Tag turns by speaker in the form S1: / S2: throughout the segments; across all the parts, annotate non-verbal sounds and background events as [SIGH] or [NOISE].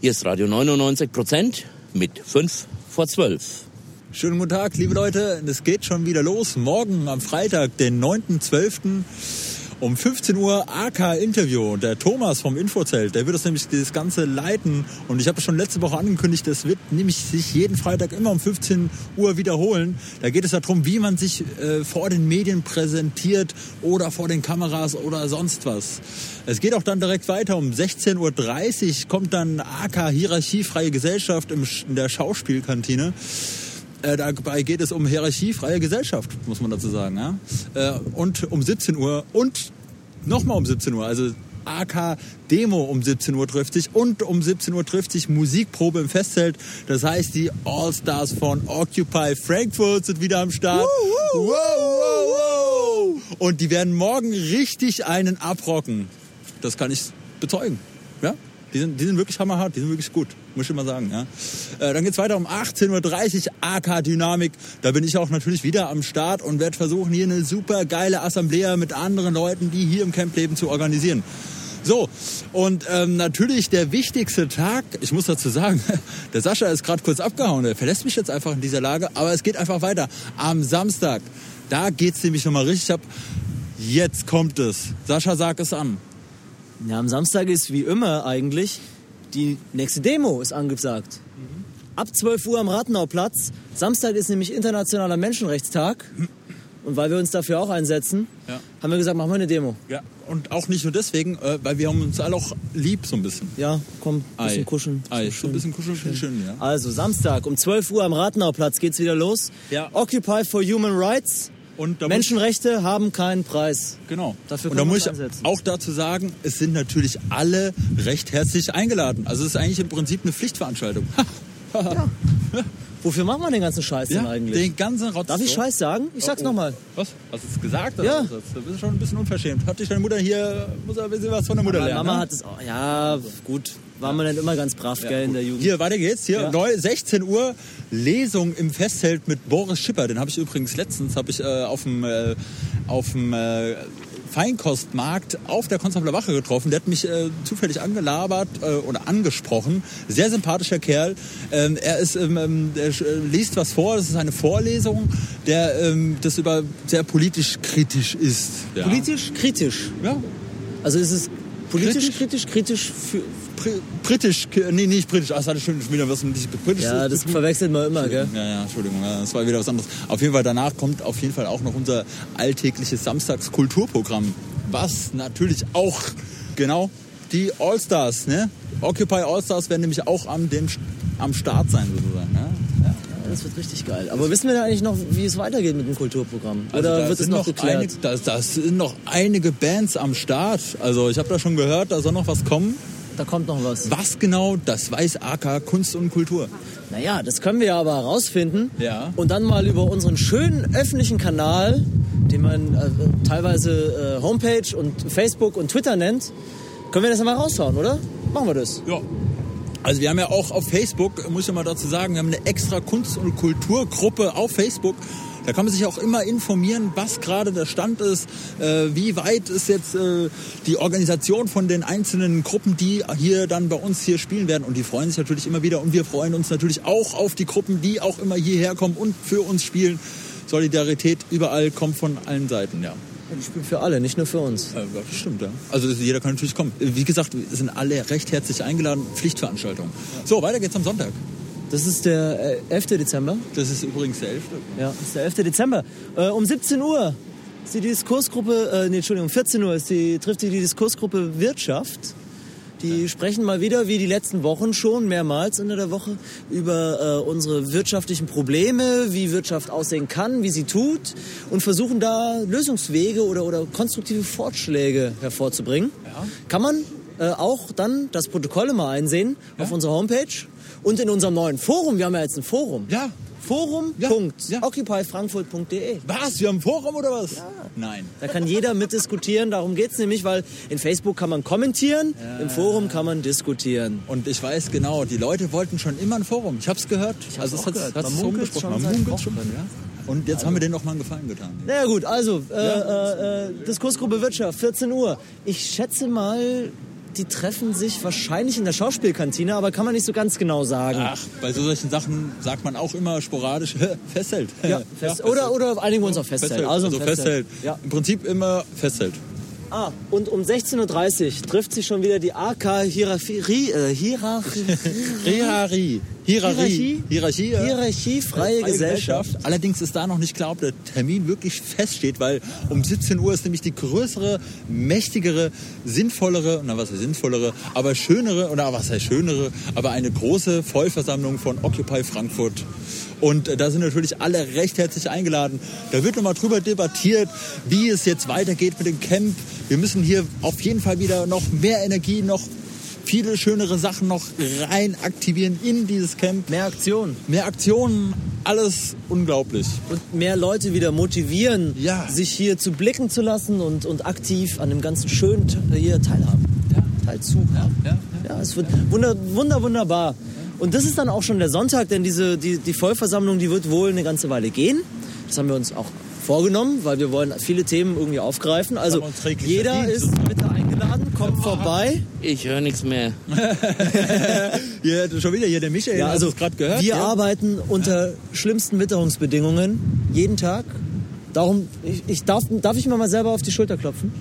S1: Hier ist Radio 99 Prozent mit 5 vor 12.
S2: Schönen guten Tag, liebe Leute. Es geht schon wieder los. Morgen am Freitag, den 9.12. um 15 Uhr AK-Interview. Der Thomas vom Infozelt, der wird das nämlich das Ganze leiten. Und ich habe schon letzte Woche angekündigt, das wird nämlich sich jeden Freitag immer um 15 Uhr wiederholen. Da geht es darum, wie man sich äh, vor den Medien präsentiert oder vor den Kameras oder sonst was. Es geht auch dann direkt weiter. Um 16.30 Uhr kommt dann AK Hierarchiefreie Gesellschaft im, Sch- in der Schauspielkantine. Äh, dabei geht es um hierarchiefreie Gesellschaft, muss man dazu sagen. Ja? Äh, und um 17 Uhr und nochmal um 17 Uhr. Also AK Demo um 17 Uhr trifft sich und um 17 Uhr trifft sich Musikprobe im Festzelt. Das heißt, die All-Stars von Occupy Frankfurt sind wieder am Start. Wow, wow, wow. Und die werden morgen richtig einen abrocken. Das kann ich bezeugen. Ja? Die sind, die sind wirklich hammerhart, die sind wirklich gut, muss ich immer sagen. Ja. Äh, dann geht's weiter um 18.30 Uhr, AK Dynamik. Da bin ich auch natürlich wieder am Start und werde versuchen, hier eine super geile Assemblée mit anderen Leuten, die hier im Camp leben, zu organisieren. So, und ähm, natürlich der wichtigste Tag, ich muss dazu sagen, [LAUGHS] der Sascha ist gerade kurz abgehauen, der verlässt mich jetzt einfach in dieser Lage, aber es geht einfach weiter. Am Samstag, da geht's nämlich nochmal richtig ab. Jetzt kommt es. Sascha, sag es an.
S3: Ja, am Samstag ist wie immer eigentlich die nächste Demo ist angesagt. Ab 12 Uhr am Rathenauplatz. Samstag ist nämlich Internationaler Menschenrechtstag. Und weil wir uns dafür auch einsetzen,
S2: Ja.
S3: haben wir gesagt, machen wir eine Demo.
S2: Ja, und auch nicht nur deswegen, äh, weil wir haben uns alle auch lieb so ein bisschen.
S3: Ja, komm, bisschen
S2: Ei.
S3: kuscheln.
S2: Ei, so ein bisschen kuscheln, schön, schön ja.
S3: Also Samstag um 12 Uhr am Rathenauplatz geht's wieder los.
S2: Ja.
S3: Occupy for Human Rights.
S2: Und da muss-
S3: Menschenrechte haben keinen Preis.
S2: Genau.
S3: Dafür
S2: und
S3: können
S2: da
S3: wir
S2: muss
S3: uns
S2: ich
S3: einsetzen.
S2: auch dazu sagen, es sind natürlich alle recht herzlich eingeladen. Also es ist eigentlich im Prinzip eine
S3: [LAUGHS]
S2: Pflichtveranstaltung.
S3: Wofür machen wir den ganzen Scheiß denn eigentlich?
S2: Den ganzen Rotz.
S3: Darf ich
S2: so.
S3: Scheiß sagen? Ich sag's
S2: Oh, oh.
S3: nochmal.
S2: Was? Hast du es gesagt?
S3: Ja.
S2: Oder was? Du bist schon ein bisschen unverschämt. Hat dich deine Mutter hier, muss er ein bisschen was von der Mutter
S3: Meine
S2: lernen.
S3: Mama
S2: ne?
S3: hat es auch. Ja, gut. War man nicht immer ganz brav, gell, in der Jugend.
S2: Hier, weiter geht's. Hier,
S3: Ja.
S2: neu, 16 Uhr, Lesung im Festzelt mit Boris Schipper. Den habe ich übrigens letztens hab ich, äh, auf dem äh, auf dem, äh, Feinkostmarkt auf der Konstabler Wache getroffen. Der hat mich äh, zufällig angelabert äh, oder angesprochen. Sehr sympathischer Kerl. Ähm, er ist, ähm, ähm, der sch- äh, liest was vor, das ist eine Vorlesung, der ähm, das über sehr politisch kritisch ist. Ja.
S3: Politisch? Kritisch.
S2: Ja,
S3: Also ist es politisch, kritisch,
S2: Kritisch?
S3: kritisch für.
S2: Pri- britisch, k- nee, nicht britisch. Ach, das hatte schon wieder was mit britisch. [LAUGHS]
S3: Ja, das verwechselt man immer, gell?
S2: Ja, ja, Entschuldigung, ja, das war wieder was anderes. Auf jeden Fall, danach kommt auf jeden Fall auch noch unser alltägliches Samstagskulturprogramm, was natürlich auch, genau, die Allstars, ne? Occupy Allstars werden nämlich auch am, dem, am Start sein, sozusagen. Ne? Ja.
S3: Ja, Das wird richtig geil. Aber wissen wir da eigentlich noch, wie es weitergeht mit dem Kulturprogramm?
S2: Also
S3: Oder
S2: da
S3: wird es
S2: sind
S3: noch geklärt?
S2: Einige, da, da sind noch einige Bands am Start. Also ich habe da schon gehört, da soll noch was kommen.
S3: Da kommt noch was.
S2: Was genau, das weiß AK Kunst und Kultur.
S3: Naja, das können wir ja aber herausfinden.
S2: Ja.
S3: Und dann mal über unseren schönen öffentlichen Kanal, den man äh, teilweise äh, Homepage und Facebook und Twitter nennt, können wir das mal raushauen, oder? Machen wir das.
S2: Ja. Also wir haben ja auch auf Facebook, muss ich mal dazu sagen, wir haben eine extra Kunst- und Kulturgruppe auf Facebook. Da kann man sich auch immer informieren, was gerade der Stand ist, äh, wie weit ist jetzt äh, die Organisation von den einzelnen Gruppen, die hier dann bei uns hier spielen werden. Und die freuen sich natürlich immer wieder. Und wir freuen uns natürlich auch auf die Gruppen, die auch immer hierher kommen und für uns spielen. Solidarität überall kommt von allen Seiten, ja.
S3: Ich spiele für alle, nicht nur für uns.
S2: Äh, Ja, das stimmt, ja. Also das- jeder kann natürlich kommen. Wie gesagt, wir sind alle recht herzlich eingeladen. Pflichtveranstaltung. So, weiter geht's am Sonntag.
S3: Das ist der äh, 11. Dezember.
S2: Das ist übrigens der 11.
S3: Ja, das ist der 11. Dezember. Äh, um 17 Uhr ist die Diskursgruppe, äh, nee, Entschuldigung, um 14 Uhr ist die, trifft die, die Diskursgruppe Wirtschaft. Die sprechen mal wieder, wie die letzten Wochen schon mehrmals unter der Woche, über äh, unsere wirtschaftlichen Probleme, wie Wirtschaft aussehen kann, wie sie tut und versuchen da Lösungswege oder, oder konstruktive Vorschläge hervorzubringen. Kann man äh, auch dann das Protokoll mal einsehen auf unserer Homepage und in unserem neuen Forum. Wir haben ja jetzt ein Forum.
S2: Ja. Ja, ja.
S3: Forum.occupyfrankfurt.de.
S2: Was? Wir haben ein Forum oder was? Nein.
S3: E. Da kann jeder mitdiskutieren, darum geht's nämlich, weil in Facebook kann man kommentieren, im Forum kann man diskutieren.
S2: Und ich weiß genau, die Leute wollten schon immer ein Forum. Ich hab's gehört. Ich
S3: hab's auch
S2: hat's,
S3: gehört.
S2: Hat's
S3: Man
S2: so
S3: munkelt
S2: umgesprochen.
S3: schon
S2: Man munkelt
S3: seit Wochen, Also
S2: ja. Und jetzt haben wir denen noch mal einen Gefallen getan.
S3: Na ja, gut, also, äh, äh, äh, Diskursgruppe Wirtschaft, 14 Uhr. Ich schätze mal, die treffen sich wahrscheinlich in der Schauspielkantine, aber kann man nicht so ganz genau sagen.
S2: Ach, bei so solchen Sachen sagt man auch immer sporadisch [LAUGHS] festhält.
S3: Ja, fest, oder, oder einigen wir uns auf festhält.
S2: Also, festhält.
S3: Ja.
S2: Im Prinzip immer festhält.
S3: Ah, und um 16.30 Uhr trifft sich schon wieder die AK-Hierarchie.
S2: [LAUGHS]
S3: Äh, Hierarchie.
S2: Hierarchie. Hierarchie.
S3: Hierarchie?
S2: Hierarchie. ja.
S3: Hierarchiefreie
S2: Freie
S3: Gesellschaft.
S2: Allerdings ist da noch nicht klar, ob der Termin wirklich feststeht, weil um 17 Uhr ist nämlich die größere, mächtigere, sinnvollere, na was heißt sinnvollere, aber schönere, oder was heißt schönere, aber eine große Vollversammlung von Occupy Frankfurt. Und äh, da sind natürlich alle recht herzlich eingeladen. Da wird nochmal drüber debattiert, wie es jetzt weitergeht mit dem Camp. Wir müssen hier auf jeden Fall wieder noch mehr Energie, noch viele schönere Sachen noch rein aktivieren in dieses Camp.
S3: Mehr Aktion.
S2: Mehr Aktionen, alles unglaublich.
S3: Und mehr Leute wieder motivieren,
S2: Ja.
S3: sich hier zu blicken zu lassen und, und aktiv an dem ganzen schönen Te- hier teilhaben. Ja. Teilzu. Ja,
S2: ja,
S3: es wird wunder, wunder, wunderbar. Und das ist dann auch schon der Sonntag, denn diese, die, die Vollversammlung, die wird wohl eine ganze Weile gehen. Das haben wir uns auch vorgenommen, weil wir wollen viele Themen irgendwie aufgreifen. Also
S2: haben wir uns täglich
S3: jeder
S2: verdient,
S3: ist bitte eingeladen, kommt vorbei.
S1: Ich höre nichts mehr.
S2: Ja, schon wieder hier der Michael,
S3: Ja,
S2: hast
S3: also
S2: du's grad gehört.
S3: Wir
S2: ja?
S3: arbeiten unter schlimmsten Witterungsbedingungen jeden Tag. Darum, ich, ich darf, darf ich mir mal selber auf die Schulter klopfen?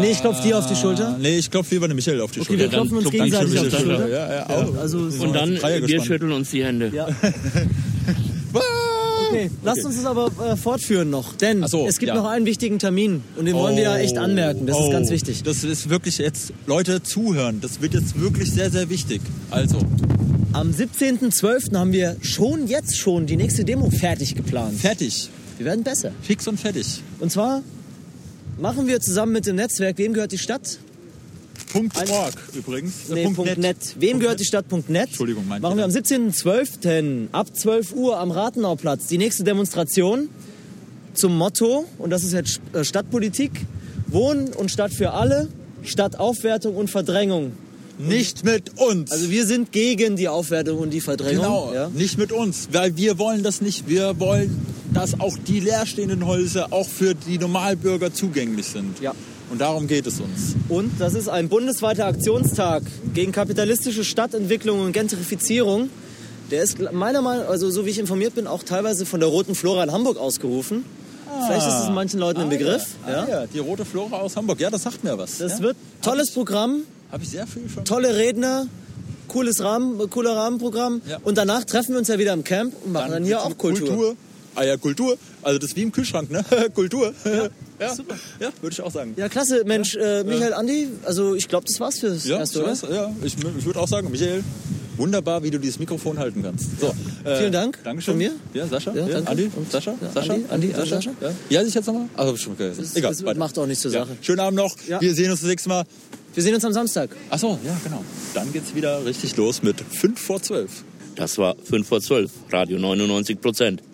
S3: nee, ich klopf dir auf die Schulter.
S2: Äh, Ah, Nee, ich klopfe lieber den Michael auf die
S3: Okay, wir
S2: Schulter.
S3: klopfen uns
S1: klopf ich
S3: gegenseitig
S1: schon
S3: auf die
S1: wieder
S3: Schulter.
S1: selber.
S2: Ja, ja, auch.
S3: also, so-
S1: Und dann,
S2: Dreier
S1: wir
S2: gespannt.
S1: schütteln uns die Hände.
S3: ja.
S2: Ah!
S3: Okay, lasst uns das aber äh, fortführen noch, denn
S2: Ach so,
S3: es gibt
S2: ja.
S3: noch einen wichtigen Termin und den wollen wir ja echt anmerken. Das
S2: Oh,
S3: ist ganz wichtig.
S2: Das ist wirklich jetzt, Leute, zuhören. Das wird jetzt wirklich sehr, sehr wichtig. Also,
S3: Am 17.12. haben wir schon jetzt schon die nächste Demo fertig geplant.
S2: fertig.
S3: Wir werden besser.
S2: Fix und fertig.
S3: Und zwar machen wir zusammen mit dem Netzwerk Wem gehört die Stadt?
S2: Punkt .org übrigens. Äh,
S3: Nee, Punkt net. Wem gehört die Stadt Punkt net?
S2: Entschuldigung, mein
S3: Machen wir am 17.12. ab 12 Uhr am Rathenauplatz die nächste Demonstration zum Motto, und das ist jetzt äh, Stadtpolitik, Wohnen und Stadt für alle, Stadtaufwertung und Verdrängung.
S2: Nicht mit uns.
S3: Also wir sind gegen die Aufwertung und die Verdrängung.
S2: Genau,
S3: Ja?
S2: nicht mit uns, weil wir wollen das nicht. Wir wollen, dass auch die leerstehenden Häuser auch für die Normalbürger zugänglich sind.
S3: Ja.
S2: Und darum geht es uns.
S3: Und das ist ein bundesweiter Aktionstag gegen kapitalistische Stadtentwicklung und Gentrifizierung. Der ist gl- meiner Meinung also so wie ich informiert bin, auch teilweise von der Roten Flora in Hamburg ausgerufen. Vielleicht ist es manchen Leuten ein Begriff.
S2: Ah, ja.
S3: ja.
S2: Ah, ja. Die rote Flora aus Hamburg. Ja, das sagt mir was.
S3: Das
S2: ja?
S3: wird tolles Programm,
S2: Habe ich sehr viel schon.
S3: tolle Redner, cooles Rahmen, äh, cooler Rahmenprogramm.
S2: Ja.
S3: Und danach treffen wir uns ja wieder im Camp und machen dann, hier auch Kultur.
S2: Kultur. Ah ja, Kultur. Also das ist wie im Kühlschrank, ne? [LAUGHS] Kultur. Ja, [LAUGHS] ja. ja würde ich auch sagen.
S3: Ja, klasse, Mensch, äh, Michael, Andi, also ich glaube, das war's fürs
S2: Ja,
S3: Erste,
S2: ich
S3: oder?
S2: weiß, ja. ich, ich würde auch sagen, Michael, wunderbar, wie du dieses Mikrofon halten kannst. So, äh,
S3: Vielen Dank.
S2: Dankeschön.
S3: Von mir.
S2: Ja, Sascha.
S3: Ja, danke.
S2: Andi.
S3: Und-
S2: Sascha.
S3: ja,
S2: Sascha.
S3: Andi, Andi, Andi,
S2: Sascha. Ja. Wie heißt ich jetzt nochmal? Also, schon vergessen.
S3: Das-
S2: Egal.
S3: das
S2: weiter.
S3: macht auch nichts zur Sache.
S2: Ja. Schönen Abend noch.
S3: Ja.
S2: Wir sehen uns das nächste Mal.
S3: Wir sehen uns am Samstag.
S2: Ach so, ja, genau. Dann geht's wieder richtig los mit 5 vor 12.
S1: Das war 5 vor 12, Radio 99 Prozent.